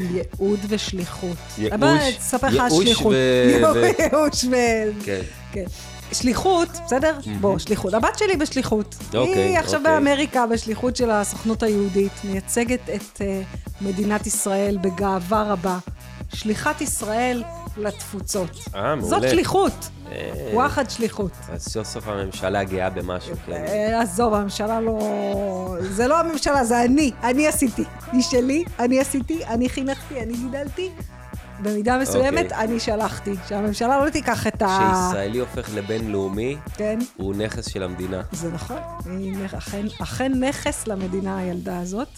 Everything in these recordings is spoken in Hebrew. ייעוד ושליחות. ייאוש- אבל אני אספר לך ייאוש שליחות. ו- ו- ייאוש ו... כן. כן. שליחות, בסדר? בוא, שליחות. הבת שלי בשליחות. אוקיי, היא עכשיו אוקיי. באמריקה בשליחות של הסוכנות היהודית, מייצגת את אה, מדינת ישראל בגאווה רבה. שליחת ישראל לתפוצות. אה, מעולה. זאת שליחות. אה. וואחד שליחות. אז סוף סוף הממשלה גאה במשהו, כן. אה, עזוב, הממשלה לא... זה לא הממשלה, זה אני. אני עשיתי. היא שלי, אני עשיתי, אני חינכתי, אני גידלתי. במידה אוקיי. מסוימת, אני שלחתי. שהממשלה לא תיקח את ה... כשישראלי הופך לבינלאומי, כן, הוא נכס של המדינה. זה נכון. היא נכ- אכן, אכן נכס למדינה, הילדה הזאת.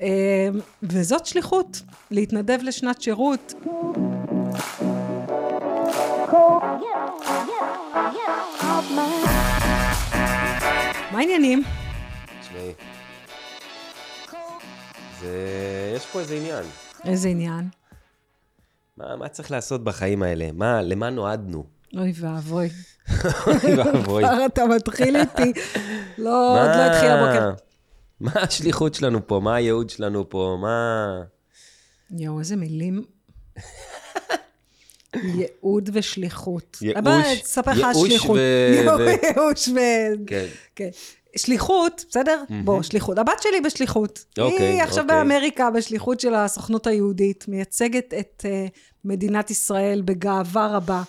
אה, וזאת שליחות, להתנדב לשנת שירות. מה העניינים? תשמעי, זה... יש פה איזה עניין. איזה עניין. מה, מה צריך לעשות בחיים האלה? מה, למה נועדנו? אוי ואבוי. אוי ואבוי. כבר אתה מתחיל איתי. לא, עוד לא מה- התחיל הבוקר. מה השליחות שלנו פה? מה הייעוד שלנו פה? מה... יואו, איזה מילים. ייעוד ושליחות. ייאוש- אבל אני אספר לך ייאוש שליחות. ו- יואו, ו- ייאוש ו... כן. כן. שליחות, בסדר? בוא, שליחות. הבת שלי בשליחות. אוקיי, היא עכשיו אוקיי. באמריקה בשליחות של הסוכנות היהודית, מייצגת את אה, מדינת ישראל בגאווה רבה.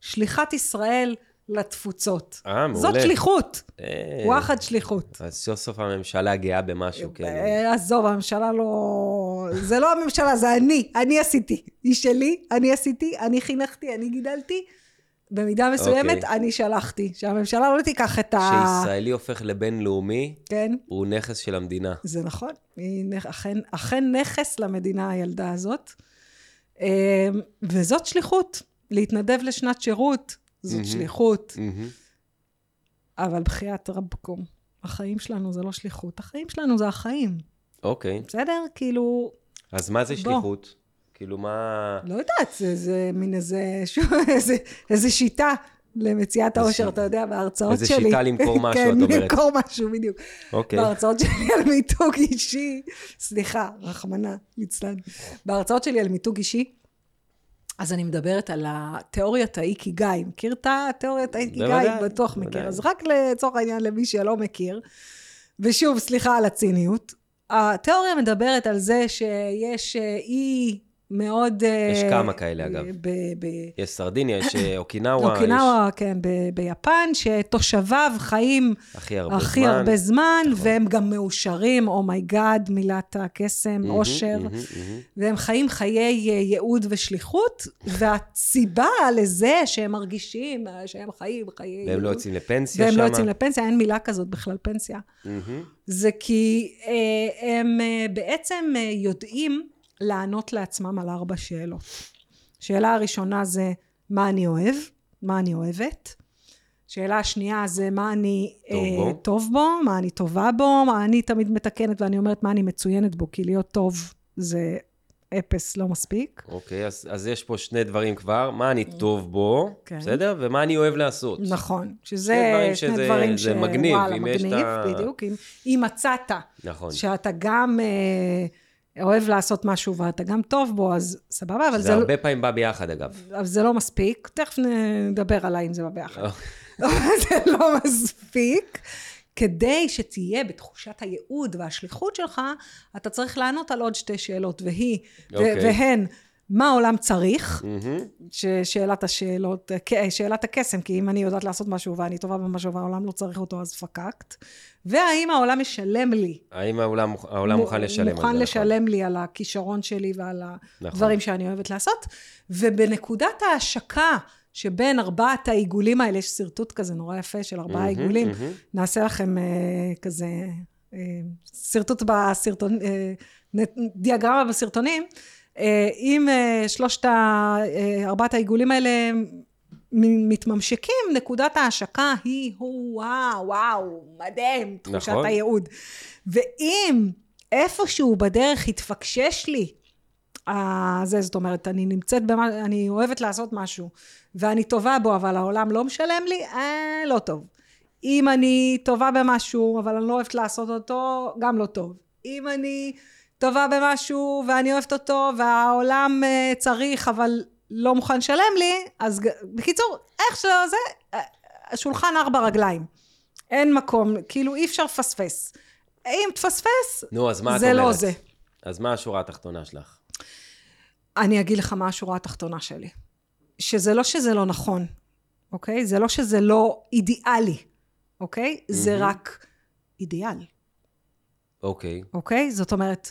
שליחת ישראל לתפוצות. אה, מעולה. זאת שליחות. אה, וואחד שליחות. אז סוף סוף הממשלה גאה במשהו, כן. אה, עזוב, הממשלה לא... זה לא הממשלה, זה אני. אני עשיתי. היא שלי, אני עשיתי, אני חינכתי, אני גידלתי. במידה מסוימת, אוקיי. אני שלחתי. שהממשלה לא תיקח את ה... כשישראלי הופך לבינלאומי, כן, הוא נכס של המדינה. זה נכון. היא נכ- אכן, אכן נכס למדינה, הילדה הזאת. אה, וזאת שליחות. להתנדב לשנת שירות, זאת מהמם. שליחות. אבל בחייאת רבקום, החיים שלנו זה לא שליחות. החיים שלנו זה החיים, אוקיי. בסדר? כאילו, אז מה זה בוא. שליחות? כאילו, מה... לא יודעת, זה, זה מין איזה, שוב, איזה, איזה שיטה למציאת האושר, שיט- אתה יודע, בהרצאות איזה שלי. שיטה למכור משהו, כן, את אומרת. למכור משהו, בדיוק. אוקיי. בהרצאות שלי על מיתוג אישי, סליחה, רחמנא ליצלן. בהרצאות שלי על מיתוג אישי, אז אני מדברת על תיאוריית האיקיגאי. מכיר את התיאוריית האיקיגאי? בוודאי, בטוח בוודאי. מכיר. אז רק לצורך העניין, למי שלא מכיר, ושוב, סליחה על הציניות, התיאוריה מדברת על זה שיש אה, אי מאוד... אה, יש כמה כאלה, אגב. ב- ב- יש סרדיניה, יש אה, אוקינאווה, יש אוקינאווה, כן, ב- ביפן, שתושביו חיים הכי הרבה זמן. נכון. הכי הרבה זמן, והם גם מאושרים, אומייגאד, מילת הקסם, מהמם, אושר, מהמם, מהמם. והם חיים חיי אה, ייעוד ושליחות, והסיבה לזה שהם מרגישים אה, שהם חיים חיי ייעוד, והם לא יוצאים לפנסיה והם שם. לא יוצאים לפנסיה, אין מילה כזאת בכלל, פנסיה. זה כי אה, הם אה, בעצם אה, יודעים לענות לעצמם על ארבע שאלות. שאלה הראשונה זה מה אני אוהב, מה אני אוהבת. שאלה השנייה זה מה אני טוב אה, בו. טוב בו, מה אני טובה בו, מה אני תמיד מתקנת ואני אומרת מה אני מצוינת בו, כי להיות טוב זה אפס, לא מספיק. אוקיי, אז אז יש פה שני דברים כבר, מה אני טוב בו, כן. בסדר? ומה אני אוהב לעשות. אה, נכון, דברים שזה שזה- שני דברים ש... זה מגניב, וואלה, אם יש את מגניב, ה- בדיוק, אם- אם מצאת. נכון. שאתה גם אה, אוהב לעשות משהו ואתה גם טוב בו, אז סבבה, אבל זה זה, לא- הרבה פעמים בא ביחד, אגב. אבל זה לא מספיק. תכף נ- נדבר עליי אם זה בא ביחד. אה. אבל זה לא מספיק. כדי שתהיה בתחושת הייעוד והשליחות שלך, אתה צריך לענות על עוד שתי שאלות, והיא, okay. אוקיי. Mm. והן, מה העולם צריך, מהמם. ששאלת השאלות, אה, כ- שאלת הקסם, כי אם אני יודעת לעשות משהו ואני טובה במשהו והעולם לא צריך אותו, אז פקקט. והאם העולם משלם לי האם העולם העולם מו- מוכן לשלם על זה? מוכן נכון? לשלם לי על הכישרון שלי ועל נכון. הדברים שאני אוהבת לעשות. ובנקודת ההשקה שבין ארבעת העיגולים האלה, יש שרטוט כזה נורא יפה של ארבעה מהמם, עיגולים, מהמם. נעשה לכם אה, כזה אה, שרטוט בסרטון, אה, נ- דיאגרמה בסרטונים. אה, אם אה, שלושת, ה- אה, ארבעת העיגולים האלה מ- מתממשקים, נקודת ההשקה היא, הוא, וואו, וואו, מדהים, תחושת נכון. הייעוד. ואם איפשהו בדרך התפקשש לי, אה, זה, זאת אומרת, אני נמצאת במה, אני אוהבת לעשות משהו, ואני טובה בו, אבל העולם לא משלם לי, אה, לא טוב. אם אני טובה במשהו, אבל אני לא אוהבת לעשות אותו, גם לא טוב. אם אני טובה במשהו ואני אוהבת אותו, והעולם אה, צריך, אבל לא מוכן לשלם לי, אז ג- בקיצור, איך שלא זה, אה, השולחן ארבע רגליים. אין מקום, כאילו אי אפשר לפספס. אם תפספס, נו, אז מה את זה אומרת? לא זה. אז מה השורה התחתונה שלך? אני אגיד לך מה השורה התחתונה שלי. שזה לא שזה לא נכון, אוקיי? זה לא שזה לא אידיאלי, אוקיי? זה מהמם. רק אידיאל, אוקיי. אוקיי? זאת אומרת,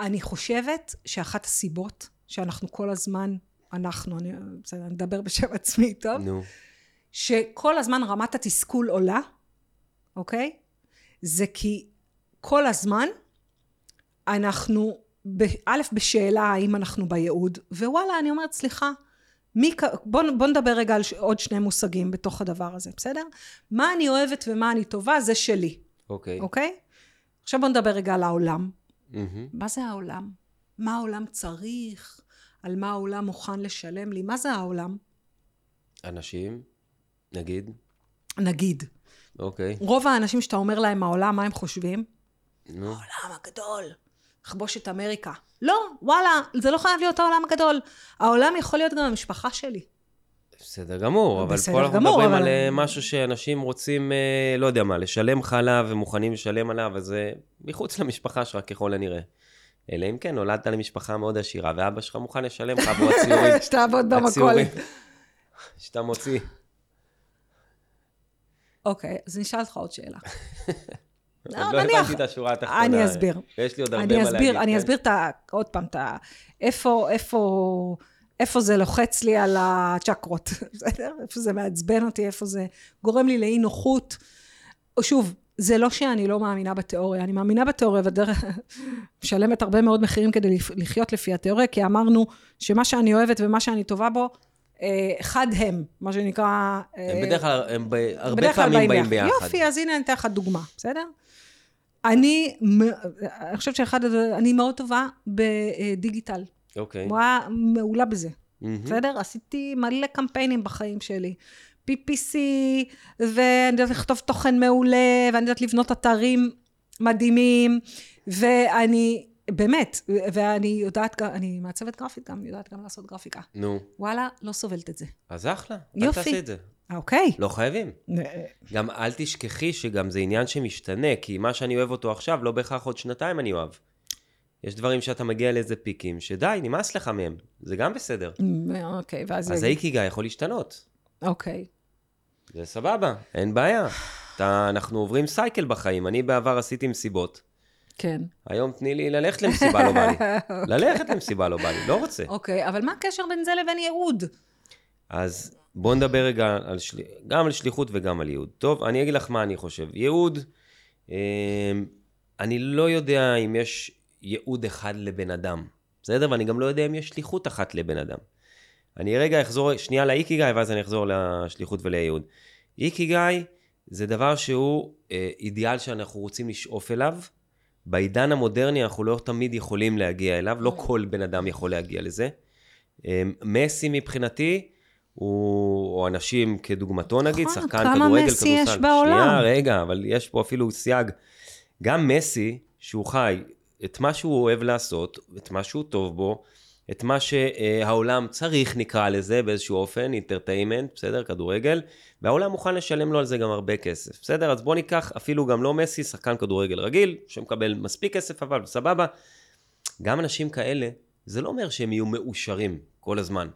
אני חושבת שאחת הסיבות שאנחנו כל הזמן, אנחנו, אני, בסדר, אני אדבר בשם עצמי, טוב? נו. שכל הזמן רמת התסכול עולה, אוקיי? זה כי כל הזמן אנחנו, ב- א', בשאלה האם אנחנו בייעוד, ווואלה, אני אומרת, סליחה, מי, כ- בוא, בוא נדבר רגע על ש- עוד שני מושגים בתוך הדבר הזה, בסדר? מה אני אוהבת ומה אני טובה, זה שלי, אוקיי. אוקיי? עכשיו בוא נדבר רגע על העולם. מהמם. מה זה העולם? מה העולם צריך? על מה העולם מוכן לשלם לי? מה זה העולם? אנשים, נגיד, נגיד. אוקיי. רוב האנשים שאתה אומר להם העולם, מה הם חושבים? נו. העולם הגדול, לכבוש את אמריקה. לא, וואלה, זה לא חייב להיות העולם הגדול. העולם יכול להיות גם המשפחה שלי. בסדר גמור, אבל בסדר פה אנחנו גמור, מדברים אבל- על אה, משהו שאנשים רוצים, אה, לא יודע מה, לשלם לך עליו ומוכנים לשלם עליו, אז זה מחוץ למשפחה שלך ככל הנראה. אלא אם כן, נולדת למשפחה מאוד עשירה, ואבא שלך מוכן לשלם לך עבור הציורים. שתעבוד הציורים במכולת. שאתה מוציא. לא, אוקיי, אז נשאל אותך עוד שאלה. לא, עוד לא נניח- הבנתי את השורה התחתונה. אני אסביר. יש לי עוד הרבה מה אני להגיד. אסביר, אני כן. אסביר את ה... עוד פעם, את ה... איפה, איפה, איפה זה לוחץ לי על הצ'קרות, בסדר? איפה זה מעצבן אותי, איפה זה גורם לי לאי נוחות. שוב, זה לא שאני לא מאמינה בתיאוריה, אני מאמינה בתיאוריה ודרך... משלמת הרבה מאוד מחירים כדי לפ- לחיות לפי התיאוריה, כי אמרנו שמה שאני אוהבת ומה שאני טובה בו, אה, חד הם, מה שנקרא... הם אה, בדרך כלל, הם ב- הרבה בדרך כלל פעמים באים ביחד. יופי, אז הנה אני אתן לך דוגמה, בסדר? אני, מ- אני חושבת שאחד, הד- אני מאוד טובה בדיגיטל. אוקיי. רואה מעולה בזה, מהמם. בסדר? עשיתי מלא קמפיינים בחיים שלי. PPC, ואני יודעת לכתוב תוכן מעולה, ואני יודעת לבנות אתרים מדהימים, ואני, באמת, ו- ואני יודעת, גם- אני מעצבת גרפית גם, יודעת גם לעשות גרפיקה. נו, וואלה, לא סובלת את זה. אז אחלה. אל יופי. תעשה את זה. אוקיי. לא חייבים. גם אל תשכחי שגם זה עניין שמשתנה, כי מה שאני אוהב אותו עכשיו, לא בהכרח עוד שנתיים אני אוהב. יש דברים שאתה מגיע לאיזה פיקים, שדי, נמאס לך מהם. זה גם בסדר. אוקיי, ואז... אז האיקיגה יכול להשתנות. אוקיי. זה סבבה, אין בעיה. אתה, אנחנו עוברים סייקל בחיים. אני בעבר עשיתי מסיבות. כן. היום תני לי ללכת למסיבה, לא בא לי. ללכת למסיבה לא בא לי, לא רוצה. אוקיי, אבל מה הקשר בין זה לבין ייעוד? אז בואו נדבר רגע על של... גם על שליחות וגם על ייעוד. טוב, אני אגיד לך מה אני חושב. ייעוד, אמ, אני לא יודע אם יש ייעוד אחד לבן אדם, בסדר? ואני גם לא יודע אם יש שליחות אחת לבן אדם. אני רגע אחזור שנייה לאיקיגאי, ואז אני אחזור לשליחות ולייעוד. איקיגאי זה דבר שהוא אה, אידיאל שאנחנו רוצים לשאוף אליו. בעידן המודרני אנחנו לא תמיד יכולים להגיע אליו, לא כל בן אדם יכול להגיע לזה. אה, מסי מבחינתי, הוא, או אנשים כדוגמתו נגיד, נכון, שחקן כמה כדורגל, מסי יש כדורסל. בעולם? שנייה, רגע, אבל יש פה אפילו סייג. גם מסי, שהוא חי את מה שהוא אוהב לעשות, את מה שהוא טוב בו, את מה שהעולם צריך, נקרא לזה, באיזשהו אופן, אינטרטיימנט, בסדר? כדורגל, והעולם מוכן לשלם לו על זה גם הרבה כסף, בסדר? אז בוא ניקח אפילו גם לא מסי, שחקן כדורגל רגיל, שמקבל מספיק כסף, אבל סבבה. גם אנשים כאלה, זה לא אומר שהם יהיו מאושרים כל הזמן.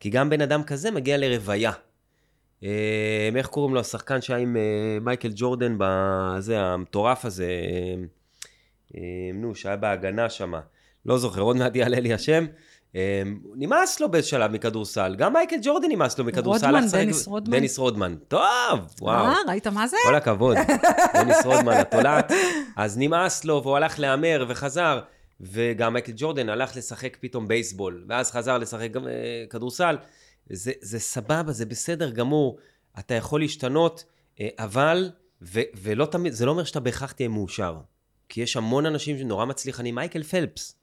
כי גם בן אדם כזה מגיע לרוויה. אה, איך קוראים לו השחקן שהיה עם אה, מייקל ג'ורדן, בזה, המטורף הזה, אה, אה, נו, שהיה בהגנה שם, לא זוכר, עוד מעט יעלה לי השם. אה, נמאס לו באיזשהו שלב מכדורסל, גם מייקל ג'ורדן נמאס לו מכדורסל. רודמן, הלך לשחק- דניס רודמן? דניס רודמן, טוב, וואו. אה, ראית מה זה? כל הכבוד, דניס רודמן התולעת. אז נמאס לו, והוא הלך להמר וחזר, וגם מייקל ג'ורדן הלך לשחק פתאום בייסבול, ואז חזר לשחק גם אה, כדורסל. זה, זה סבבה, זה בסדר גמור, אתה יכול להשתנות, אה, אבל, ו, ולא תמיד, זה לא אומר שאתה בהכרח תהיה מאושר. כי יש המון אנשים שנורא מצליחנים, מייקל פלפס.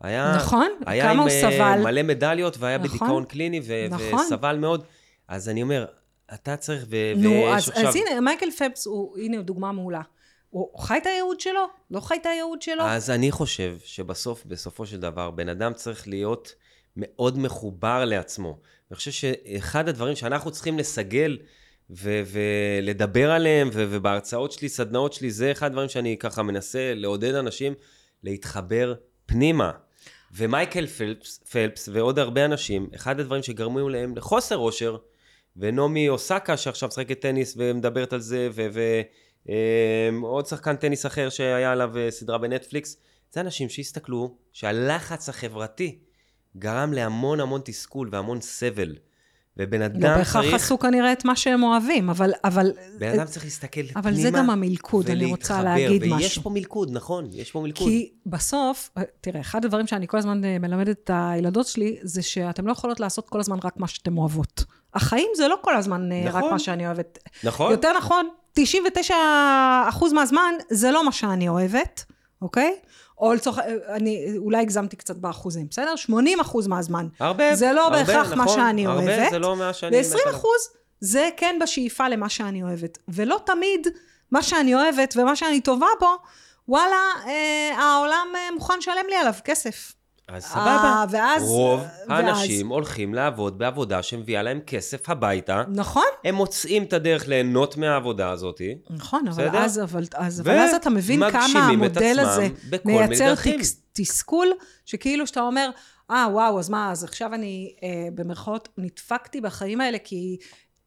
היה, נכון, אה, היה כמה עם הוא אה, סבל. מלא מדליות והיה נכון. בדיכאון קליני ו- נכון. וסבל מאוד. אז אני אומר, אתה צריך, ו- נו, ויש אז, עכשיו... אז הנה, מייקל פפס הוא, הנה, הוא דוגמה מעולה. הוא הוא חי את הייעוד שלו? לא חי את הייעוד שלו? אז אני חושב שבסוף, בסופו של דבר, בן אדם צריך להיות מאוד מחובר לעצמו. אני חושב שאחד הדברים שאנחנו צריכים לסגל ו- ולדבר עליהם, ו- ובהרצאות שלי, סדנאות שלי, זה אחד הדברים שאני ככה מנסה לעודד אנשים להתחבר פנימה. ומייקל פלפס, פלפס ועוד הרבה אנשים, אחד הדברים שגרמו להם לחוסר אושר, ונעמי אוסקה שעכשיו משחקת טניס ומדברת על זה, ו... ו- אמ, עוד שחקן טניס אחר שהיה עליו אה, סדרה בנטפליקס, זה אנשים שהסתכלו שהלחץ החברתי גרם להמון המון תסכול והמון סבל. ובן לא אדם בהכרח צריך, עשו כנראה את מה שהם אוהבים, אבל... אבל, אה, בן אדם צריך להסתכל פנימה אבל זה גם המלכוד, אני רוצה להגיד משהו. ויש פה מלכוד, נכון, יש פה מלכוד. כי בסוף, אה, תראה, אחד הדברים שאני כל הזמן אה, מלמדת את הילדות שלי, זה שאתן לא יכולות לעשות כל הזמן רק מה שאתן אוהבות. החיים זה לא כל הזמן נכון. רק נכון. מה שאני אוהבת. נכון? יותר נכון, 99% מהזמן זה לא מה שאני אוהבת, אוקיי? או לצורך, אה, אני אולי הגזמתי קצת באחוזים, בסדר? 80% מהזמן. הרבה, זה לא הרבה, בהכרח מה נכון, שאני הרבה אוהבת. זה לא מה שאני... ו-20 אחוז זה כן בשאיפה למה שאני אוהבת. ולא תמיד מה שאני אוהבת ומה שאני טובה בו, וואלה, אה, העולם אה, מוכן לשלם לי עליו כסף. אז סבבה. אה, ואז... רוב ואז- האנשים הולכים לעבוד בעבודה שמביאה להם כסף הביתה, נכון, הם מוצאים את הדרך ליהנות מהעבודה הזאת, נכון, אבל בסדר? אז, אבל, אז, אבל אז אתה מבין כמה ומגשימים את המודל עצמם הזה בכל מיני מייצר דרכים. תקס, תסכול, שכאילו שאתה אומר, אה, וואו, אז מה, אז עכשיו אני, אה, במרכאות, נדפקתי בחיים האלה, כי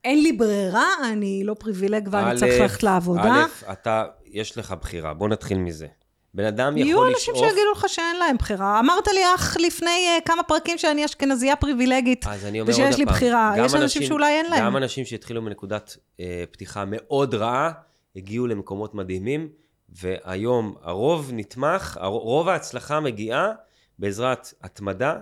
אין לי ברירה, אני לא פריבילג ואני א', צריך ללכת לעבודה. א', אתה, יש לך בחירה, בוא נתחיל מזה. בן אדם יהיו יכול אנשים לשאוף... שיגידו לך שאין להם בחירה. אמרת לי אך לפני אה, כמה פרקים שאני אשכנזייה פריבילגית. אז אני אומר עוד ושיש פעם, לי בחירה. גם יש אנשים שאולי אין להם. גם אנשים שהתחילו מנקודת אה, פתיחה מאוד רעה, הגיעו למקומות מדהימים, והיום הרוב נתמך, הר- רוב ההצלחה מגיעה בעזרת התמדה,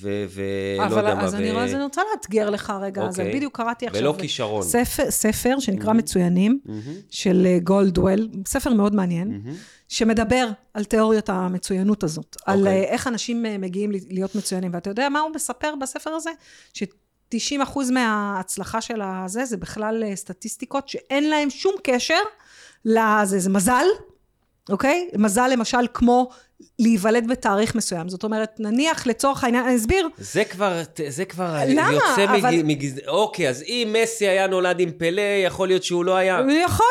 ולא ו- לא אבל יודע מה, אז אני רואה, אז אני רוצה לאתגר לך רגע, אז אוקיי. בדיוק קראתי עכשיו. ולא כישרון. ספר, ספר שנקרא Mhm. מצוינים, מהמם, של אה, גולדוול, ספר מאוד מעניין, מהמם. שמדבר על תיאוריות המצוינות הזאת, על אוקיי. אה, איך אנשים אה, מגיעים ל- להיות מצוינים. ואתה יודע מה הוא מספר בספר הזה? ש-90% מההצלחה של הזה זה בכלל אה, סטטיסטיקות שאין להן שום קשר לזה, זה מזל, אוקיי? מזל למשל כמו להיוולד בתאריך מסוים. זאת אומרת, נניח לצורך העניין, אני אסביר, זה כבר, זה כבר למה? יוצא מג... אבל- מגז... אוקיי, אז אם מסי היה נולד עם פלא, יכול להיות שהוא לא היה... יכול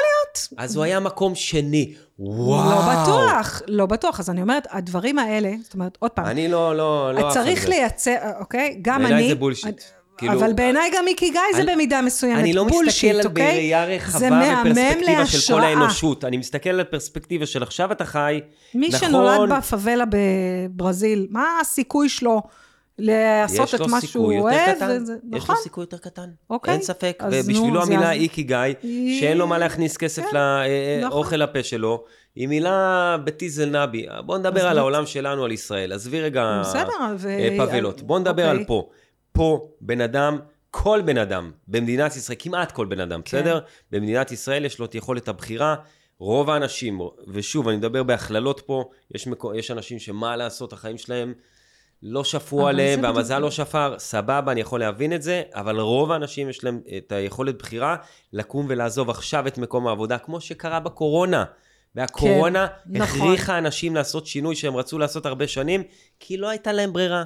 אז הוא היה מקום שני. וואו. לא בטוח, לא בטוח. אז אני אומרת, הדברים האלה, זאת אומרת, עוד פעם, אני לא, לא, לא... עף על צריך זה. לייצר, אוקיי? גם אני... בעיניי זה בולשיט. כאילו, אבל בעיניי גם איקיגאי זה אני- במידה מסוימת אני לא בולשיט, מסתכל על אוקיי? בראייה זה רחבה מהמם ופרספקטיבה של כל להשראה. האנושות. אני מסתכל על פרספקטיבה של עכשיו אתה חי, מי נכון. שנולד בפאבלה בברזיל, מה הסיכוי שלו לעשות יש את לו מה שהוא סיכוי יותר אוהב? קטן. וזה- יש לו נכון, סיכוי יותר קטן. אוקיי. אין ספק. אז נו, ובשבילו זה- המילה אז- איקיגאי, היא- שאין לו מה להכניס כסף כן, נכון. לאוכל לפה שלו, היא מילה בטיזל נבי. בואו אז נדבר על לא- העולם שלנו, על ישראל. עזבי רגע בסדר, ו... אה, פאבלות. בואו נדבר על אוקיי. פה. פה בן אדם, כל בן אדם במדינת ישראל, כמעט כל בן אדם, כן. בסדר? במדינת ישראל יש לו את יכולת הבחירה. רוב האנשים, ושוב, אני מדבר בהכללות פה, יש, מקו, יש אנשים שמה לעשות, החיים שלהם לא שפרו אבל עליהם, זה והמזל בדיוק- לא שפר, סבבה, אני יכול להבין את זה, אבל רוב האנשים יש להם את היכולת בחירה לקום ולעזוב עכשיו את מקום העבודה, כמו שקרה בקורונה. והקורונה כן, נכון. הכריחה אנשים לעשות שינוי שהם רצו לעשות הרבה שנים, כי לא הייתה להם ברירה.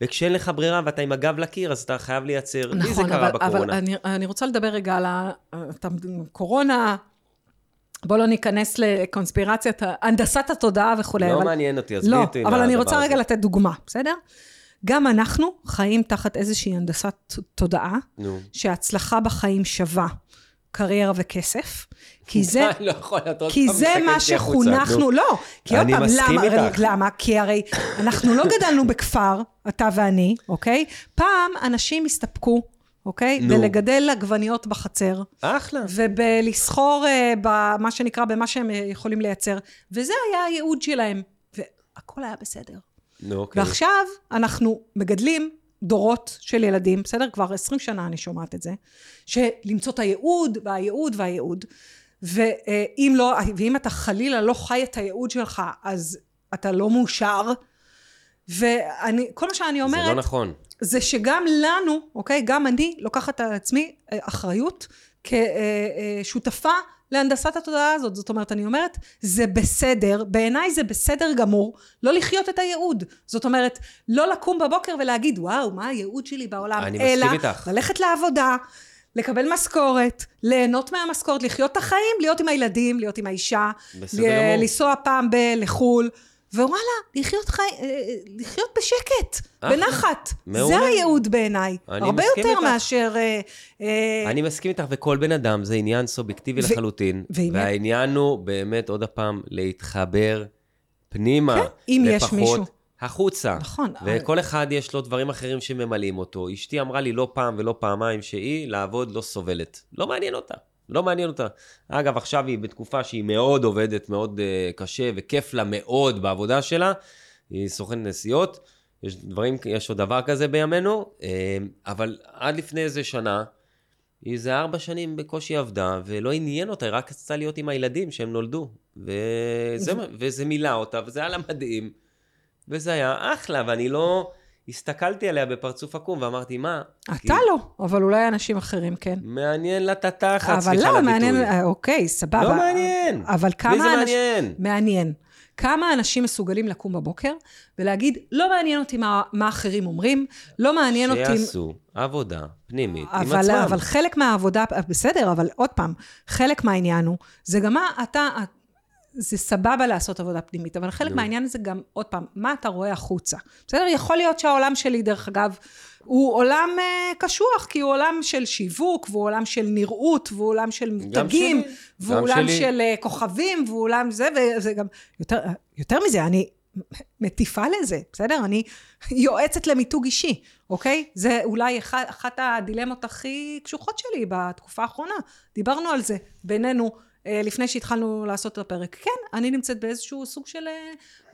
וכשאין לך ברירה ואתה עם הגב לקיר, אז אתה חייב לייצר. לי זה נכון, קרה אבל, אבל בקורונה. אני, אני רוצה לדבר רגע על ה- אתה- קורונה, בוא לא ניכנס לקונספירציית, ה- הנדסת התודעה וכולי. לא אבל, מעניין אותי, עזבי לא, אותי עם אבל אני הדבר רוצה הזה. רגע לתת דוגמה, בסדר? גם אנחנו חיים תחת איזושהי הנדסת תודעה, נו. שהצלחה בחיים שווה קריירה וכסף, כי זה... אני לא יכול, אתה עוד כי פעם זה מסתכל מה אותי החוצה. נו. שחונכנו, לא, כי עוד אני פעם, מסכים למה? הרי- איתך. למה? כי הרי אנחנו לא גדלנו בכפר, אתה ואני, אוקיי? פעם אנשים הסתפקו, אוקיי? נו. בלגדל עגבניות בחצר, אחלה. ובלסחור אה, במה שנקרא, במה שהם אה, יכולים לייצר, וזה היה הייעוד שלהם, והכל היה בסדר. נו, אוקיי. ועכשיו אנחנו מגדלים דורות של ילדים, בסדר? כבר 20 שנה אני שומעת את זה, שלמצוא את הייעוד, והייעוד והייעוד, ואם לא, ואם אתה חלילה לא חי את הייעוד שלך, אז אתה לא מאושר, ואני, כל מה שאני זה אומרת, לא נכון. זה שגם לנו, אוקיי, גם אני לוקחת על עצמי אה, אחריות כשותפה להנדסת התודעה הזאת. זאת אומרת, אני אומרת, זה בסדר, בעיניי זה בסדר גמור לא לחיות את הייעוד. זאת אומרת, לא לקום בבוקר ולהגיד, וואו, מה הייעוד שלי בעולם, אני אלא מסכים איתך. ללכת לעבודה. לקבל משכורת, ליהנות מהמשכורת, לחיות את החיים, להיות עם הילדים, להיות עם האישה, בסדר ל- גמור. לנסוע פעם ב- לחו"ל, ווואלה, לחיות, חי... אה, אה, לחיות בשקט, אחלה. בנחת. מעולה. זה הייעוד בעיניי. אני הרבה מסכים יותר איתך. מאשר... אה, אה, אני מסכים איתך, וכל בן אדם זה עניין סובייקטיבי ו- לחלוטין. ואם- והעניין הוא באמת, עוד הפעם, להתחבר פנימה. כן, אם יש ופחות מישהו. החוצה. נכון. וכל אחד יש לו דברים אחרים שממלאים אותו. אשתי אמרה לי לא פעם ולא פעמיים שהיא לעבוד לא סובלת. לא מעניין אותה. לא מעניין אותה. אגב, עכשיו היא בתקופה שהיא מאוד עובדת, מאוד uh, קשה, וכיף לה מאוד בעבודה שלה. היא סוכנת נסיעות. יש דברים, יש עוד דבר כזה בימינו, אה, אבל עד לפני איזה שנה, היא איזה ארבע שנים בקושי עבדה, ולא עניין אותה, היא רק רצתה להיות עם הילדים שהם נולדו. וזה, מה- וזה מילא אותה, וזה היה לה מדהים. וזה היה אחלה, ואני לא... הסתכלתי עליה בפרצוף עקום ואמרתי, מה? כאילו, אתה לא, אבל אולי אנשים אחרים כן. מעניין לה את התחת, אבל סליחה על למה, מעניין... הביטוי. אה, אוקיי, סבבה. לא מעניין. אבל כמה לי זה אנשים... מעניין. מעניין. כמה אנשים מסוגלים לקום בבוקר ולהגיד, לא מעניין אותי מה, מה אחרים אומרים, לא מעניין אותי שיעשו עבודה פנימית עם אבל, עצמם. אבל חלק מהעבודה, בסדר, אבל עוד פעם, חלק מהעניין הוא, זה גם מה אתה, זה סבבה לעשות עבודה פנימית, אבל חלק נו. מהעניין זה גם, עוד פעם, מה אתה רואה החוצה. בסדר? יכול להיות שהעולם שלי, דרך אגב, הוא עולם אה, קשוח, כי הוא עולם של שיווק, והוא עולם של נראות, והוא עולם של מותגים, שלי, והוא גם עולם שלי. של אה, כוכבים, והוא עולם זה, וזה גם, יותר, יותר מזה, אני מטיפה לזה, בסדר? אני יועצת למיתוג אישי, אוקיי? זה אולי אחד, אחת הדילמות הכי קשוחות שלי בתקופה האחרונה. דיברנו על זה בינינו אה, לפני שהתחלנו לעשות את הפרק. כן, אני נמצאת באיזשהו סוג של אה,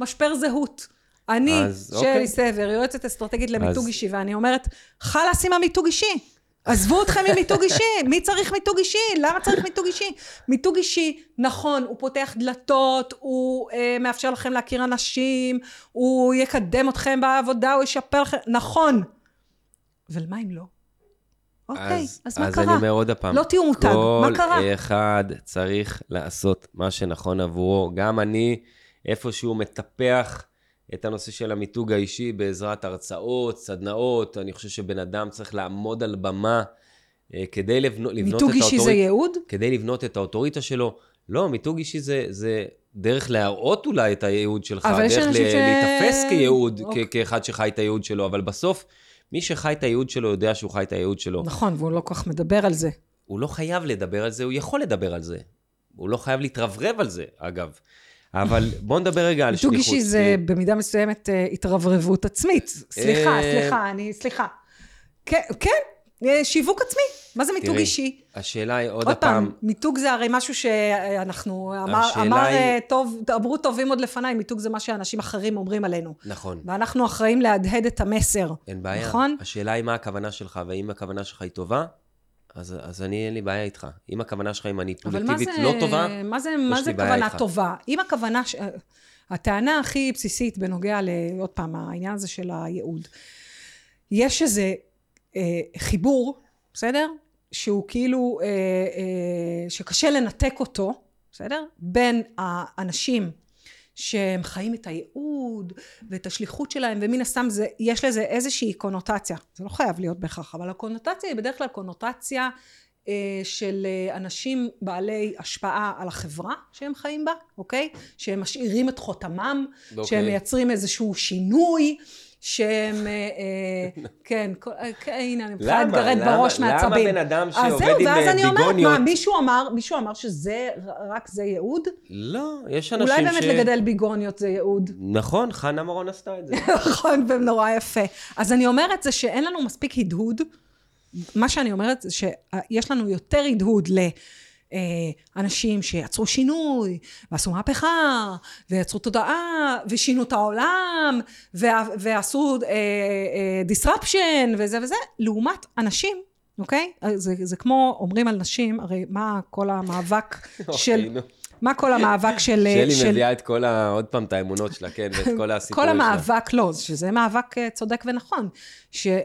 משבר זהות. אני, אז, אוקיי. שלי סבר, יועצת אסטרטגית אז- למיתוג אישי, ואני אומרת, חלאס עם המיתוג אישי. עזבו אתכם ממיתוג אישי, מי צריך מיתוג אישי? למה צריך מיתוג אישי? מיתוג אישי, נכון, הוא פותח דלתות, הוא אה, מאפשר לכם להכיר אנשים, הוא יקדם אתכם בעבודה, הוא ישפר לכם, נכון. אבל מה אם לא? אוקיי, אז, מה אז קרה? אני אומר עוד הפעם. לא תהיו מותג, מה קרה? כל אה, אחד צריך לעשות מה שנכון עבורו. גם אני איפשהו מטפח את הנושא של המיתוג האישי בעזרת הרצאות, סדנאות. אני חושב שבן אדם צריך לעמוד על במה אה, כדי לבנו- לבנות את מיתוג האוטוריטה. אישי זה ייעוד? כדי לבנות את האוטוריטה שלו. לא, מיתוג אישי זה, זה דרך להראות אולי את הייעוד שלך, אבל יש דרך אנשים ל- ש- להיתפס כייעוד, אוקיי. כ- כאחד שחי את הייעוד שלו, אבל בסוף, מי שחי את הייעוד שלו יודע שהוא חי את הייעוד שלו. נכון, והוא לא כל כך מדבר על זה. הוא לא חייב לדבר על זה, הוא יכול לדבר על זה. הוא לא חייב להתרברב על זה, אגב. אבל בוא נדבר רגע על שליחות. כן. מיתוג אישי זה במידה מסוימת אה, התרברבות עצמית. סליחה, אה, סליחה, אני, סליחה. כן, כן, אה, שיווק עצמי. מה זה מיתוג תראי, אישי? השאלה היא עוד עוד פעם, הפעם, מיתוג זה הרי משהו שאנחנו, אמר, השאלה אמר היא- אה, טוב, אמרו טובים עוד לפניי, מיתוג זה מה שאנשים אחרים אומרים עלינו. נכון, ואנחנו אחראים להדהד את המסר. אין בעיה. נכון? השאלה היא מה הכוונה שלך, ואם הכוונה שלך היא טובה, אז, אז אני, אין לי בעיה איתך. אם הכוונה שלך היא אבל מה מניפולטיבית זה, לא טובה, מה זה, מה לי זה בעיה כוונה איתך. טובה? אם הכוונה, ש... הטענה הכי בסיסית בנוגע ל... עוד פעם, העניין הזה של הייעוד, יש איזה אה, חיבור, בסדר? שהוא כאילו, אה, אה, שקשה לנתק אותו, בסדר? בין האנשים שהם חיים את הייעוד ואת השליחות שלהם, ומן הסתם זה, יש לזה איזושהי קונוטציה. זה לא חייב להיות בהכרח, אבל הקונוטציה היא בדרך כלל קונוטציה אה, של אה, אנשים בעלי השפעה על החברה שהם חיים בה, אוקיי? שהם משאירים את חותמם, אוקיי. אוקיי. שהם מייצרים איזשהו שינוי. שהם, אה, אה, כן, כל, אה, כן, הנה, אני מתחילה למה? להתגרד למה- בראש למה מעצבים. בן אדם אז שעובד זהו, עם, ואז אה, אני אומרת, ביגוניות- מה, מישהו אמר, מישהו אמר שזה, רק זה ייעוד? לא, יש אנשים אולי באמת ש... לגדל ביגוניות זה ייעוד. נכון, חנה מרון עשתה את זה. נכון, ונורא יפה. אז אני אומרת זה שאין לנו מספיק הדהוד. מה שאני אומרת זה שיש לנו יותר הדהוד ל... אה, אנשים שיצרו שינוי, ועשו מהפכה, ויצרו תודעה, ושינו את העולם, וה, ועשו אה, אה, disruption, וזה וזה, לעומת אנשים, אוקיי? אה, זה, זה כמו אומרים על נשים, הרי מה כל המאבק של... אוי, נו. מה כל המאבק של... שלי של- מביאה את כל ה... עוד פעם, את האמונות שלה, כן, ואת כל הסיפורים כל שלה. המאבק, לא, שזה מאבק אה, צודק ונכון.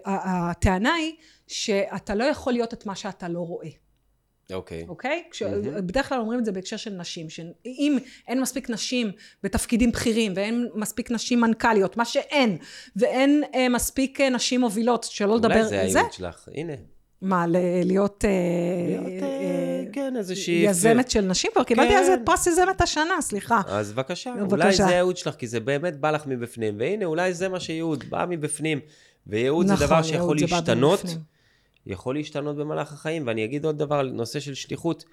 שהטענה היא שאתה לא יכול להיות את מה שאתה לא רואה. אוקיי. אוקיי? כש... מהמם. בדרך כלל אומרים את זה בהקשר של נשים, שאם אין מספיק נשים בתפקידים בכירים, ואין מספיק נשים מנכ"ליות, מה שאין, ואין אה, מספיק אה, נשים מובילות, שלא לדבר אולי על זה זה, הייעוד שלך, הנה. מה, ל- להיות, אה, להיות, אה, אה, כן, איזושהי... יזמת של נשים? כבר קיבלתי על זה כן. אה, פרס יזמת השנה, סליחה. אז בבקשה, בבקשה. אולי זה הייעוד שלך, כי זה באמת בא לך מבפנים, והנה, אולי זה מה שייעוד, בא מבפנים. וייעוד זה דבר נכון, שיכול אהוד, זה בא להשתנות, מבפנים. יכול להשתנות במהלך החיים. ואני אגיד עוד דבר על נושא של שליחות.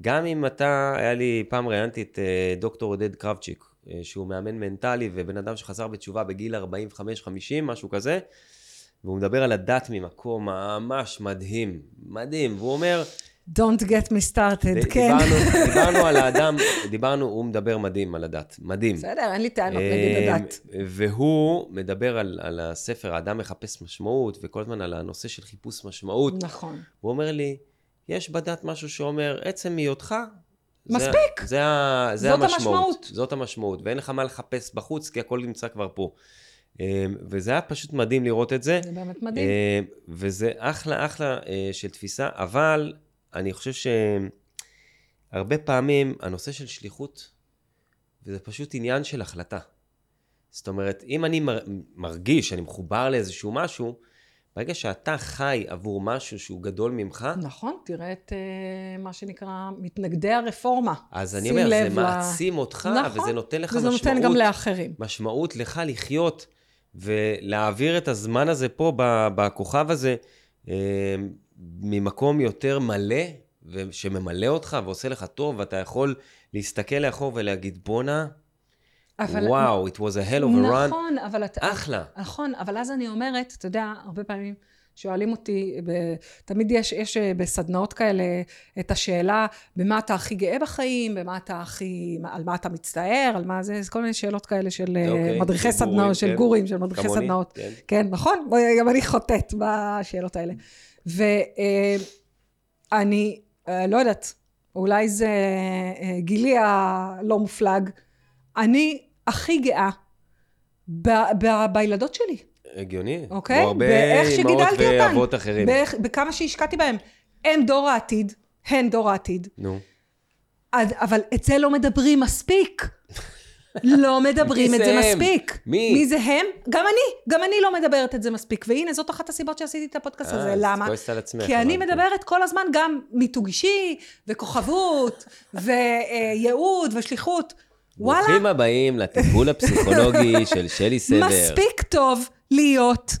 גם אם אתה, היה לי, פעם ראיינתי את אה, דוקטור עודד קרבצ'יק, אה, שהוא מאמן מנטלי ובן אדם שחזר בתשובה בגיל 45-50, משהו כזה, והוא מדבר על הדת ממקום ממש מדהים, מדהים, והוא אומר, Don't get me started, ד- כן. דיברנו, דיברנו על האדם, דיברנו, הוא מדבר מדהים על הדת, מדהים. בסדר, אין לי טענות נגד אמ, הדת. והוא מדבר על, על הספר, האדם מחפש משמעות, וכל הזמן על הנושא של חיפוש משמעות. נכון. הוא אומר לי, יש בדת משהו שאומר, עצם היותך... זה- מספיק. זה, ה- זה זאת זאת המשמעות. המשמעות. זאת המשמעות, ואין לך מה לחפש בחוץ, כי הכל נמצא כבר פה. אמ, וזה היה פשוט מדהים לראות את זה. זה באמת מדהים. אה, וזה אחלה אחלה אה, של תפיסה, אבל אני חושב שהרבה פעמים הנושא של שליחות, וזה פשוט עניין של החלטה. זאת אומרת, אם אני מר, מרגיש שאני מחובר לאיזשהו משהו, ברגע שאתה חי עבור משהו שהוא גדול ממך, נכון, תראה את אה, מה שנקרא מתנגדי הרפורמה. אז אני שים אומר, זה לב ל- מעצים אותך, נכון, וזה נותן לך וזה משמעות. נותן גם לאחרים. משמעות לך לחיות ולהעביר את הזמן הזה פה, ב- בכוכב הזה, אה, ממקום יותר מלא, ו- שממלא אותך ועושה לך טוב, ואתה יכול להסתכל לאחור ולהגיד, בואנה, אבל- וואו, it was a hell of a run, אה. נכון, אבל אתה... אחלה. נכון, אבל אז אני אומרת, אתה יודע, הרבה פעמים שואלים אותי, ב- תמיד יש, יש אה, בסדנאות כאלה את השאלה, במה אתה הכי גאה בחיים, במה אתה הכי, על מה אתה מצטער, על מה זה, זה כל מיני שאלות כאלה של אה, אוקיי, מדריכי של גורים, סדנאות, של כן. גורים, של מדריכי כמוני, סדנאות. כן. כן, נכון? בואי, גם אני חוטאת בשאלות האלה. ואני, לא יודעת, אולי זה אה, גילי הלא מופלג, אני הכי גאה ב- ב- בילדות שלי, הגיוני. אוקיי? כמו הרבה באיך אמהות שגידלתי אותן. ואבות אחרים. באיך- בכמה שהשקעתי בהן. הם דור העתיד, הן דור העתיד. נו. אז- אבל את זה לא מדברים מספיק. לא מדברים מי את זה זה הם? מספיק. מי? מי זה הם? גם אני, גם אני לא מדברת את זה מספיק. והנה, זאת אחת הסיבות שעשיתי את הפודקאסט הזה. אה, אז למה? כועסת על עצמך. כי אני הבנתי. מדברת כל הזמן גם מיתוג אישי, וכוכבות, וייעוד, ושליחות. וואלה, ברוכים הבאים לטיפול הפסיכולוגי של שלי סבר. מספיק טוב להיות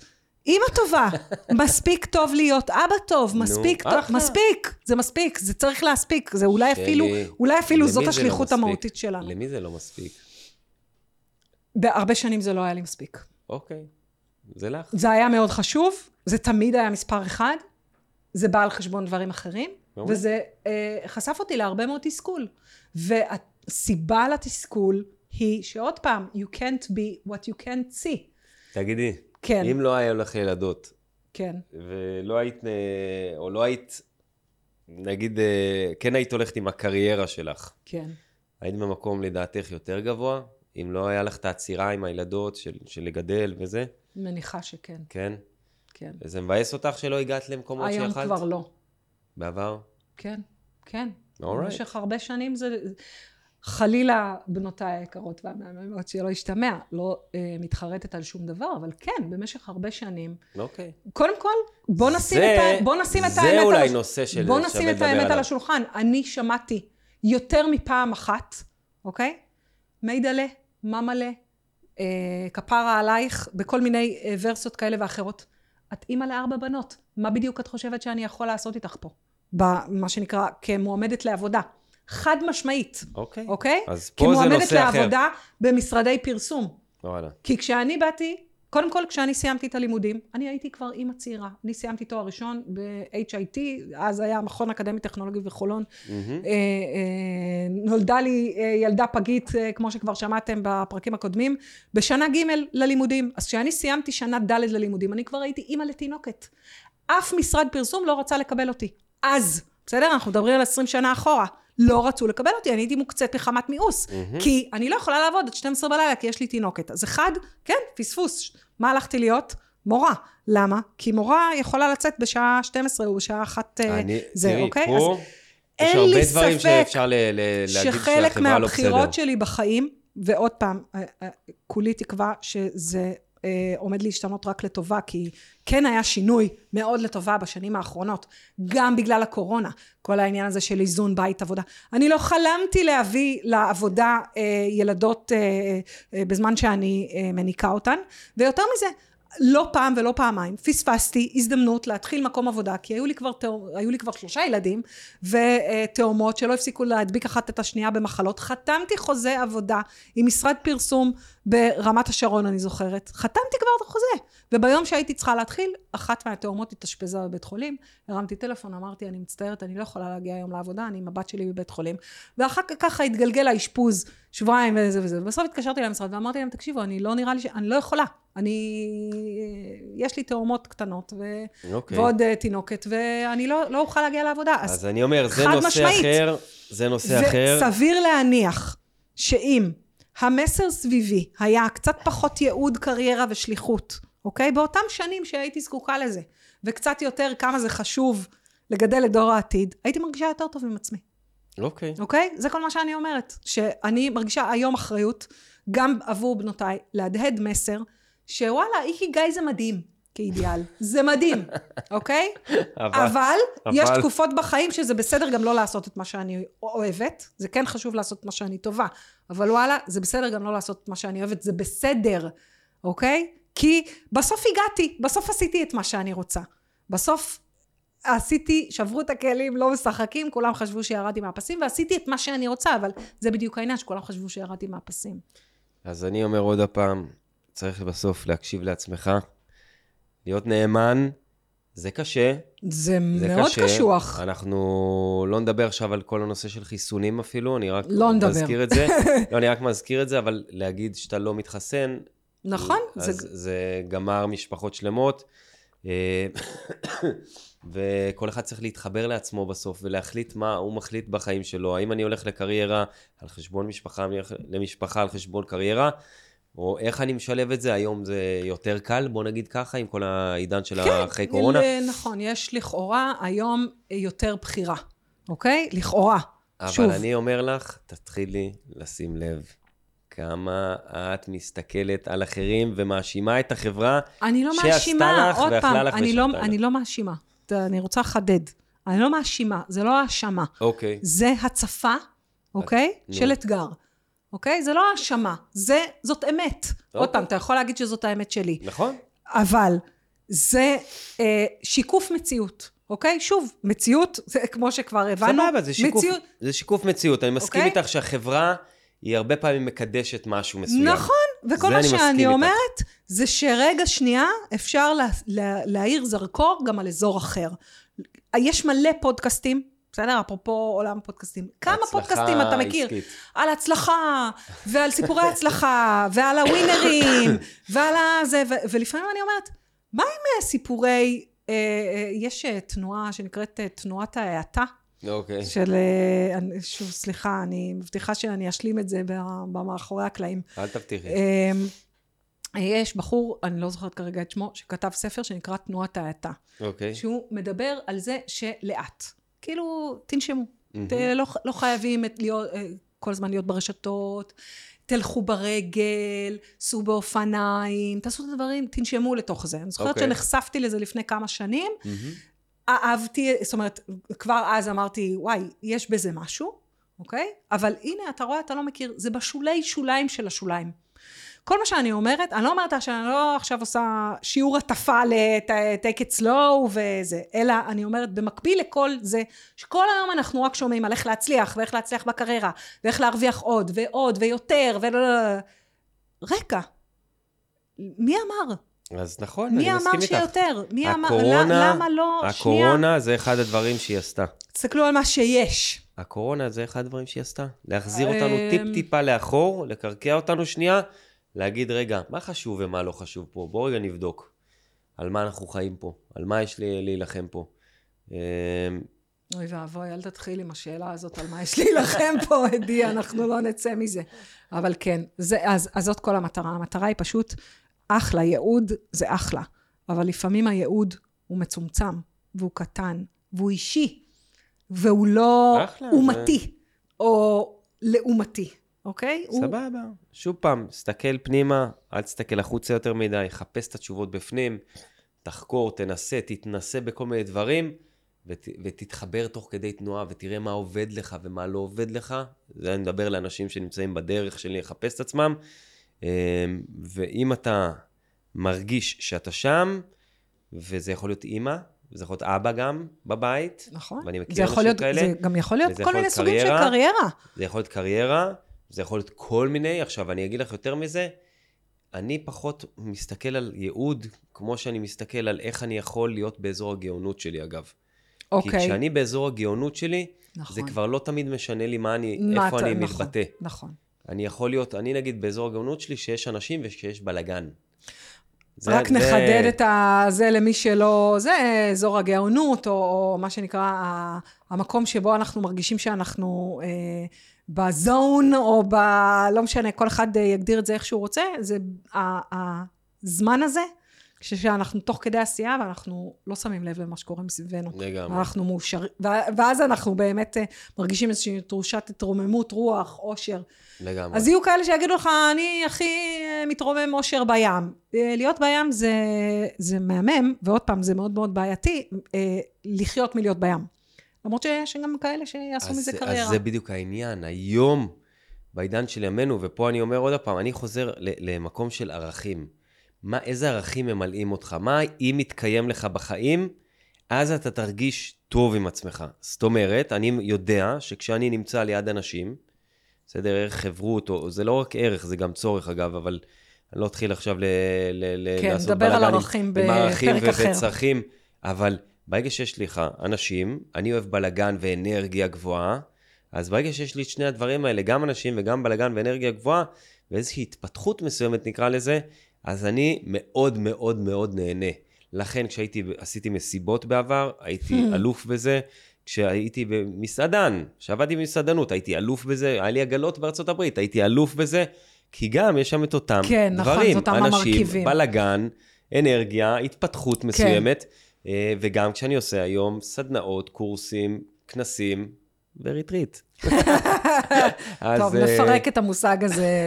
אימא טובה, מספיק טוב להיות אבא טוב, נו, מספיק טוב, אחלה. מספיק, זה מספיק, זה צריך להספיק, זה אולי שלי, אפילו, אולי אפילו למי זאת זה לא השליחות מספיק? המהותית שלנו. למי זה לא מספיק? בהרבה שנים זה לא היה לי מספיק. אוקיי, זה לך. זה היה מאוד חשוב, זה תמיד היה מספר אחד, זה בא על חשבון דברים אחרים, מעולה. וזה אה, חשף אותי להרבה מאוד תסכול. והסיבה לתסכול היא שעוד פעם, you can't be what you can't see. תגידי, כן, אם לא היו לך ילדות, כן. ולא היית, אה, או לא היית, נגיד, אה, כן היית הולכת עם הקריירה שלך, כן. היית במקום לדעתך יותר גבוה, אם לא היה לך את העצירה עם הילדות של, של לגדל וזה, מניחה שכן, כן? כן. זה מבאס אותך שלא הגעת למקומות היום שיכלת? כבר לא. בעבר? כן, כן. Alright. במשך הרבה שנים זה... חלילה, בנותיי היקרות והמהממות, שלא ישתמע, לא אה, מתחרטת על שום דבר, אבל כן, במשך הרבה שנים. אוקיי. קודם כל, בוא נשים זה- את, ה- בוא נשים את זה האמת... אולי הש- נושא של- אה, בוא שווה נשים את לדבר האמת על עליו. השולחן. אני שמעתי יותר מפעם אחת, אוקיי? מי דלה, מה מלא, אה, כפרה עלייך, בכל מיני אה, ורסיות כאלה ואחרות. את אימא לארבע בנות, מה בדיוק את חושבת שאני יכול לעשות איתך פה? במה שנקרא, כמועמדת לעבודה. חד משמעית, אוקיי. אוקיי? אז פה זה כמועמדת נושא אחר. לא, לעבודה במשרדי פרסום. וואלה. כי כשאני באתי, קודם כל כשאני סיימתי את הלימודים, אני הייתי כבר אימא צעירה. אני סיימתי תואר ראשון ב-HIT, אז היה המכון האקדמי טכנולוגי בחולון. מהמם. אה, אה, נולדה לי אה, ילדה פגית, אה, כמו שכבר שמעתם בפרקים הקודמים, בשנה ג' ללימודים. אז כשאני סיימתי שנה ד' ללימודים, אני כבר הייתי אימא לתינוקת. אף משרד פרסום לא רצה לקבל אותי. אז, בסדר? אנחנו מדברים על 20 שנה אחורה. לא רצו לקבל אותי, אני הייתי מוקצית מחמת מיאוס. מהמם. כי אני לא יכולה לעבוד עד 12 בלילה, כי יש לי תינוקת. אז אחד, כן, פספוס. מה הלכתי להיות? מורה. למה? כי מורה יכולה לצאת בשעה 12 או בשעה 1 אה, אני- זה, תראי, אוקיי? פה יש אין הרבה לי דברים ספק שאפשר ל- ל- להגיד שחלק שהחברה לא בסדר. מהבחירות שלי בחיים, ועוד פעם, אה, אה, כולי תקווה שזה אה, עומד להשתנות רק לטובה, כי כן היה שינוי מאוד לטובה בשנים האחרונות, גם בגלל הקורונה, כל העניין הזה של איזון בית עבודה. אני לא חלמתי להביא לעבודה אה, ילדות אה, אה, בזמן שאני אה, מניקה אותן, ויותר מזה, לא פעם ולא פעמיים פספסתי הזדמנות להתחיל מקום עבודה כי היו לי כבר, תאו, היו לי כבר שלושה ילדים ותאומות שלא הפסיקו להדביק אחת את השנייה במחלות חתמתי חוזה עבודה עם משרד פרסום ברמת השרון אני זוכרת חתמתי כבר את החוזה וביום שהייתי צריכה להתחיל אחת מהתאומות התאשפזה בבית חולים הרמתי טלפון אמרתי אני מצטערת אני לא יכולה להגיע היום לעבודה אני עם הבת שלי בבית חולים ואחר כך ככה התגלגל האשפוז שבועיים וזה וזה ובסוף התקשרתי למשרד ואמרתי להם תקשיבו אני לא נראה לי שאני לא יכולה אני יש לי תאומות קטנות ו... okay. אוקיי. ועוד אה, תינוקת ואני לא, לא אוכל להגיע לעבודה אז, אז אני אומר, זה חד נושא משמעית. אחר, זה נושא אחר. וסביר להניח שאם המסר סביבי היה קצת פחות ייעוד קריירה ושליחות, אוקיי? באותם שנים שהייתי זקוקה לזה, וקצת יותר כמה זה חשוב לגדל את דור העתיד, הייתי מרגישה יותר טוב עם עצמי, אוקיי. אוקיי? זה כל מה שאני אומרת, שאני מרגישה היום אחריות, גם עבור בנותיי, להדהד מסר, שוואלה, איקיגאי זה מדהים, כאידיאל. זה מדהים, אוקיי? אבל... אבל, אבל- אבל יש תקופות בחיים שזה בסדר גם לא לעשות את מה שאני אוהבת, זה כן חשוב לעשות את מה שאני טובה, אבל וואלה, זה בסדר גם לא לעשות את מה שאני אוהבת, זה בסדר, אוקיי? כי בסוף הגעתי, בסוף עשיתי את מה שאני רוצה. בסוף עשיתי, שברו את הכלים, לא משחקים, כולם חשבו שירדתי מהפסים, ועשיתי את מה שאני רוצה, אבל זה בדיוק העניין, שכולם חשבו שירדתי מהפסים. אז אני אומר עוד הפעם, צריך בסוף להקשיב לעצמך, להיות נאמן, זה קשה. זה זה מאוד קשה. קשוח. אנחנו לא נדבר עכשיו על כל הנושא של חיסונים אפילו, אני רק לא נדבר. מזכיר את זה. לא, אני רק מזכיר את זה, אבל להגיד שאתה לא מתחסן, נכון? אז זה... זה... זה גמר משפחות שלמות, אה, וכל אחד צריך להתחבר לעצמו בסוף ולהחליט מה הוא מחליט בחיים שלו. האם אני הולך לקריירה על חשבון משפחה, אני הולך למשפחה על חשבון קריירה, או איך אני משלב את זה. היום זה יותר קל, בוא נגיד ככה, עם כל העידן של כן, אחרי קורונה. אה, נכון, יש לכאורה היום יותר בחירה, אוקיי? לכאורה. אבל שוב. אני אומר לך, תתחילי לשים לב. כמה את מסתכלת על אחרים ומאשימה את החברה. אני לא שעשתה מאשימה, לך עוד ואכלה פעם, לך אני לא, ושתתה לך. אני לא מאשימה. ת- אני רוצה לחדד. אני לא מאשימה, זה לא האשמה. אוקיי. זה הצפה, אוקיי? אה, נו. של אתגר. אוקיי? זה לא האשמה, זה, זאת אמת. עוד אוקיי. פעם, אתה יכול להגיד שזאת האמת שלי. נכון? אבל זה אה, שיקוף מציאות, אוקיי? שוב, מציאות, זה כמו שכבר הבנו, סבבה, זה שיקוף, מציאות, זה שיקוף מציאות. אני מסכים אוקיי? איתך שהחברה, היא הרבה פעמים מקדשת משהו מסוים. נכון, וכל זה מה אני מסכים שאני איתך. אומרת זה שרגע שנייה אפשר לה, לה, להאיר זרקור גם על אזור אחר. יש מלא פודקאסטים, בסדר? אפרופו עולם הפודקאסטים. כמה הצלחה פודקאסטים אתה מכיר? עסקית. על הצלחה, ועל סיפורי הצלחה, ועל הווינרים, ועל הזה, ו- ולפעמים אני אומרת, מה עם אה, סיפורי... אה, אה, יש אה, תנועה שנקראת אה, תנועת ההאטה, אוקיי. של... אה, אני- שוב, סליחה, אני מבטיחה שאני אשלים את זה ב- במאחורי הקלעים. אל תבטיחי. אה, אמ, יש בחור, אני לא זוכרת כרגע את שמו, שכתב ספר שנקרא תנועת האטה, אוקיי. שהוא מדבר על זה שלאט. כאילו, תנשמו. מהמם. ת, לא, ח- לא חייבים את, להיות, אה, כל הזמן להיות ברשתות, תלכו ברגל, סעו באופניים, תעשו את הדברים, תנשמו לתוך זה. אני זוכרת okay. אוקיי. שנחשפתי לזה לפני כמה שנים, מהמם. אהבתי, זאת אומרת, כבר אז אמרתי, וואי, יש בזה משהו, אוקיי? אבל הנה, אתה רואה, אתה לא מכיר, זה בשולי שוליים של השוליים. כל מה שאני אומרת, אני לא אומרת שאני לא עכשיו עושה שיעור הטפה ל-take it slow וזה, אלא אני אומרת, במקביל לכל זה, שכל היום אנחנו רק שומעים על איך להצליח, ואיך להצליח בקריירה, ואיך להרוויח עוד, ועוד, ויותר, ו... לא. רגע, מי אמר? אז נכון, אה, מי אני אמר מסכים איתך. שיותר? מי אמר? הקורונה- למה לא? שנייה. הקורונה זה אחד הדברים שהיא עשתה. תסתכלו על מה שיש. הקורונה זה אחד הדברים שהיא עשתה. להחזיר אותנו אמ, טיפ-טיפה לאחור, לקרקע אותנו שנייה, להגיד, רגע, מה חשוב ומה לא חשוב פה? בואו רגע נבדוק. על מה אנחנו חיים פה? על מה יש לי להילחם פה? אמ, אוי ואבוי, אל תתחיל עם השאלה הזאת על מה יש להילחם פה, עדי, אנחנו לא נצא מזה. אבל כן, זה, אז, אז זאת כל המטרה. המטרה היא פשוט אחלה, ייעוד זה אחלה. אבל לפעמים הייעוד הוא מצומצם, והוא קטן, והוא אישי, והוא לא אחלה, אומתי, או לעומתי, אוקיי? הוא- סבבה. שוב פעם, תסתכל פנימה, אל תסתכל החוצה יותר מדי, חפש את התשובות בפנים, תחקור, תנסה, תתנסה בכל מיני דברים, ות, ותתחבר תוך כדי תנועה, ותראה מה עובד לך ומה לא עובד לך. זה אני מדבר לאנשים שנמצאים בדרך של לחפש את עצמם. אמ, ואם אתה מרגיש שאתה שם, וזה יכול להיות אימא, וזה יכול להיות אבא גם בבית, נכון. ואני מכיר זה יכול אנשים להיות, כאלה, זה גם יכול להיות וזה כל יכול מיני להיות סוגים של קריירה. קריירה. זה יכול להיות קריירה, זה יכול להיות כל מיני. עכשיו, אני אגיד לך יותר מזה, אני פחות מסתכל על ייעוד, כמו שאני מסתכל על איך אני יכול להיות באזור הגאונות שלי, אגב. כי אוקיי, כשאני באזור הגאונות שלי, נכון. זה כבר לא תמיד משנה לי מה אני, מה איפה אתה- אני נכון, מתבטא. נכון. אני יכול להיות, אני נגיד באזור הגאונות שלי, שיש אנשים ושיש בלאגן. זה- רק זה- נחדד את ה- זה למי שלא... זה אזור הגאונות, או, או מה שנקרא ה- המקום שבו אנחנו מרגישים שאנחנו אה, בזון, או ב... לא משנה, כל אחד אה, יגדיר את זה איך שהוא רוצה, זה ה- הזמן הזה, כש- שאנחנו תוך כדי עשייה, ואנחנו לא שמים לב למה שקורה מסביבנו. לגמרי. אנחנו מאושרים, ו- ואז אנחנו באמת אה, מרגישים איזושהי תחושת התרוממות רוח, אושר. לגמרי. אז יהיו כאלה שיגידו לך, אני הכי אה, מתרומם אושר בים. אה, להיות בים זה, זה מהמם, ועוד פעם, זה מאוד מאוד בעייתי, אה, לחיות מלהיות בים. למרות שיש גם כאלה שיעשו אז- מזה קריירה. אז זה בדיוק העניין. היום, בעידן של ימינו, ופה אני אומר עוד פעם, אני חוזר ל- למקום של ערכים. מה, איזה ערכים ממלאים אותך? מה אם מתקיים לך בחיים, אז אתה תרגיש טוב עם עצמך. זאת אומרת, אני יודע שכשאני נמצא ליד אנשים, בסדר, ערך חברות, או, זה לא רק ערך, זה גם צורך אגב, אבל אני לא אתחיל עכשיו ל, ל, ל, כן, לעשות נדבר על בלאגן עם- ערכים עם ערכים בפרק ו- אחר. וצרכים, אבל ברגע שיש לך אנשים, אני אוהב בלאגן ואנרגיה גבוהה, אז ברגע שיש לי את שני הדברים האלה, גם אנשים וגם בלאגן ואנרגיה גבוהה, ואיזושהי התפתחות מסוימת נקרא לזה, אז אני מאוד מאוד מאוד נהנה. לכן כשהייתי, עשיתי מסיבות בעבר, הייתי Hmm. אלוף בזה. כשהייתי במסעדן, כשעבדתי במסעדנות, הייתי אלוף בזה, היה לי עגלות בארצות הברית, הייתי אלוף בזה, כי גם יש שם את אותם כן, נכון, דברים. זה אותם המרכיבים. אנשים, בלאגן, אנרגיה, התפתחות מסוימת, אה, וגם כשאני עושה היום סדנאות, קורסים, כנסים וריטריט. אז, טוב, אה, נפרק את המושג הזה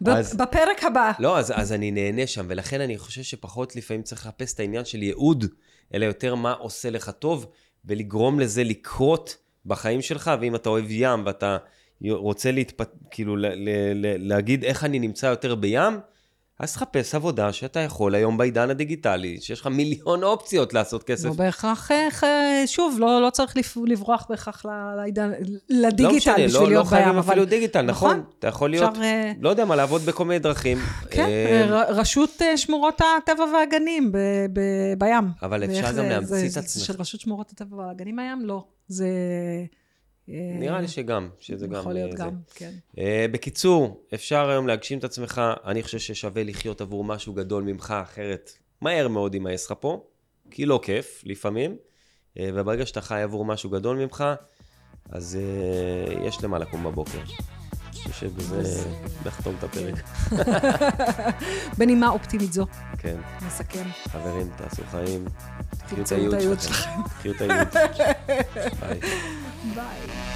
ב- אז- בפרק הבא. לא, אז, אז אני נהנה שם, ולכן אני חושב שפחות לפעמים צריך לחפש את העניין של ייעוד, אלא יותר מה עושה לך טוב, ולגרום לזה לקרות בחיים שלך, ואם אתה אוהב ים ואתה רוצה להתפ... כאילו, ל- ל- ל- להגיד איך אני נמצא יותר בים, אז תחפש עבודה שאתה יכול היום בעידן הדיגיטלי, שיש לך מיליון אופציות לעשות כסף. לא בהכרח, איך, אה, שוב, לא, לא צריך לפ- לברוח בהכרח ל- לעידן- לדיגיטל לא בשביל משנה, לא, לא להיות בים, חייבים אבל אפילו דיגיטל, נכון? נכון. אתה יכול להיות, אפשר, אה, לא יודע מה, לעבוד בכל מיני דרכים. כן, אה, ר- רשות אה, שמורות הטבע והגנים ב- ב- בים. אבל אפשר ואיך גם זה- להמציא זה- את זה עצמך. של רשות שמורות הטבע והגנים הים? לא. זה... אה, נראה לי שגם, שזה גם... יכול להיות אה, זה. גם, כן. אה, בקיצור, אפשר היום להגשים את עצמך, אני חושב ששווה לחיות עבור משהו גדול ממך, אחרת מהר מאוד יימאס לך פה, כי לא כיף לפעמים, אה, וברגע שאתה חי עבור משהו גדול ממך, אז אה, יש למה לקום בבוקר. אני חושב שבזה אה, נחתום את הפרק. בנימה אופטימית זו, כן, נסכם. חברים, תעשו חיים, תחיו את תמצאו את הייעוד הייעוד שלכם. שלכם. תחיו את הייעוד. ביי. ביי.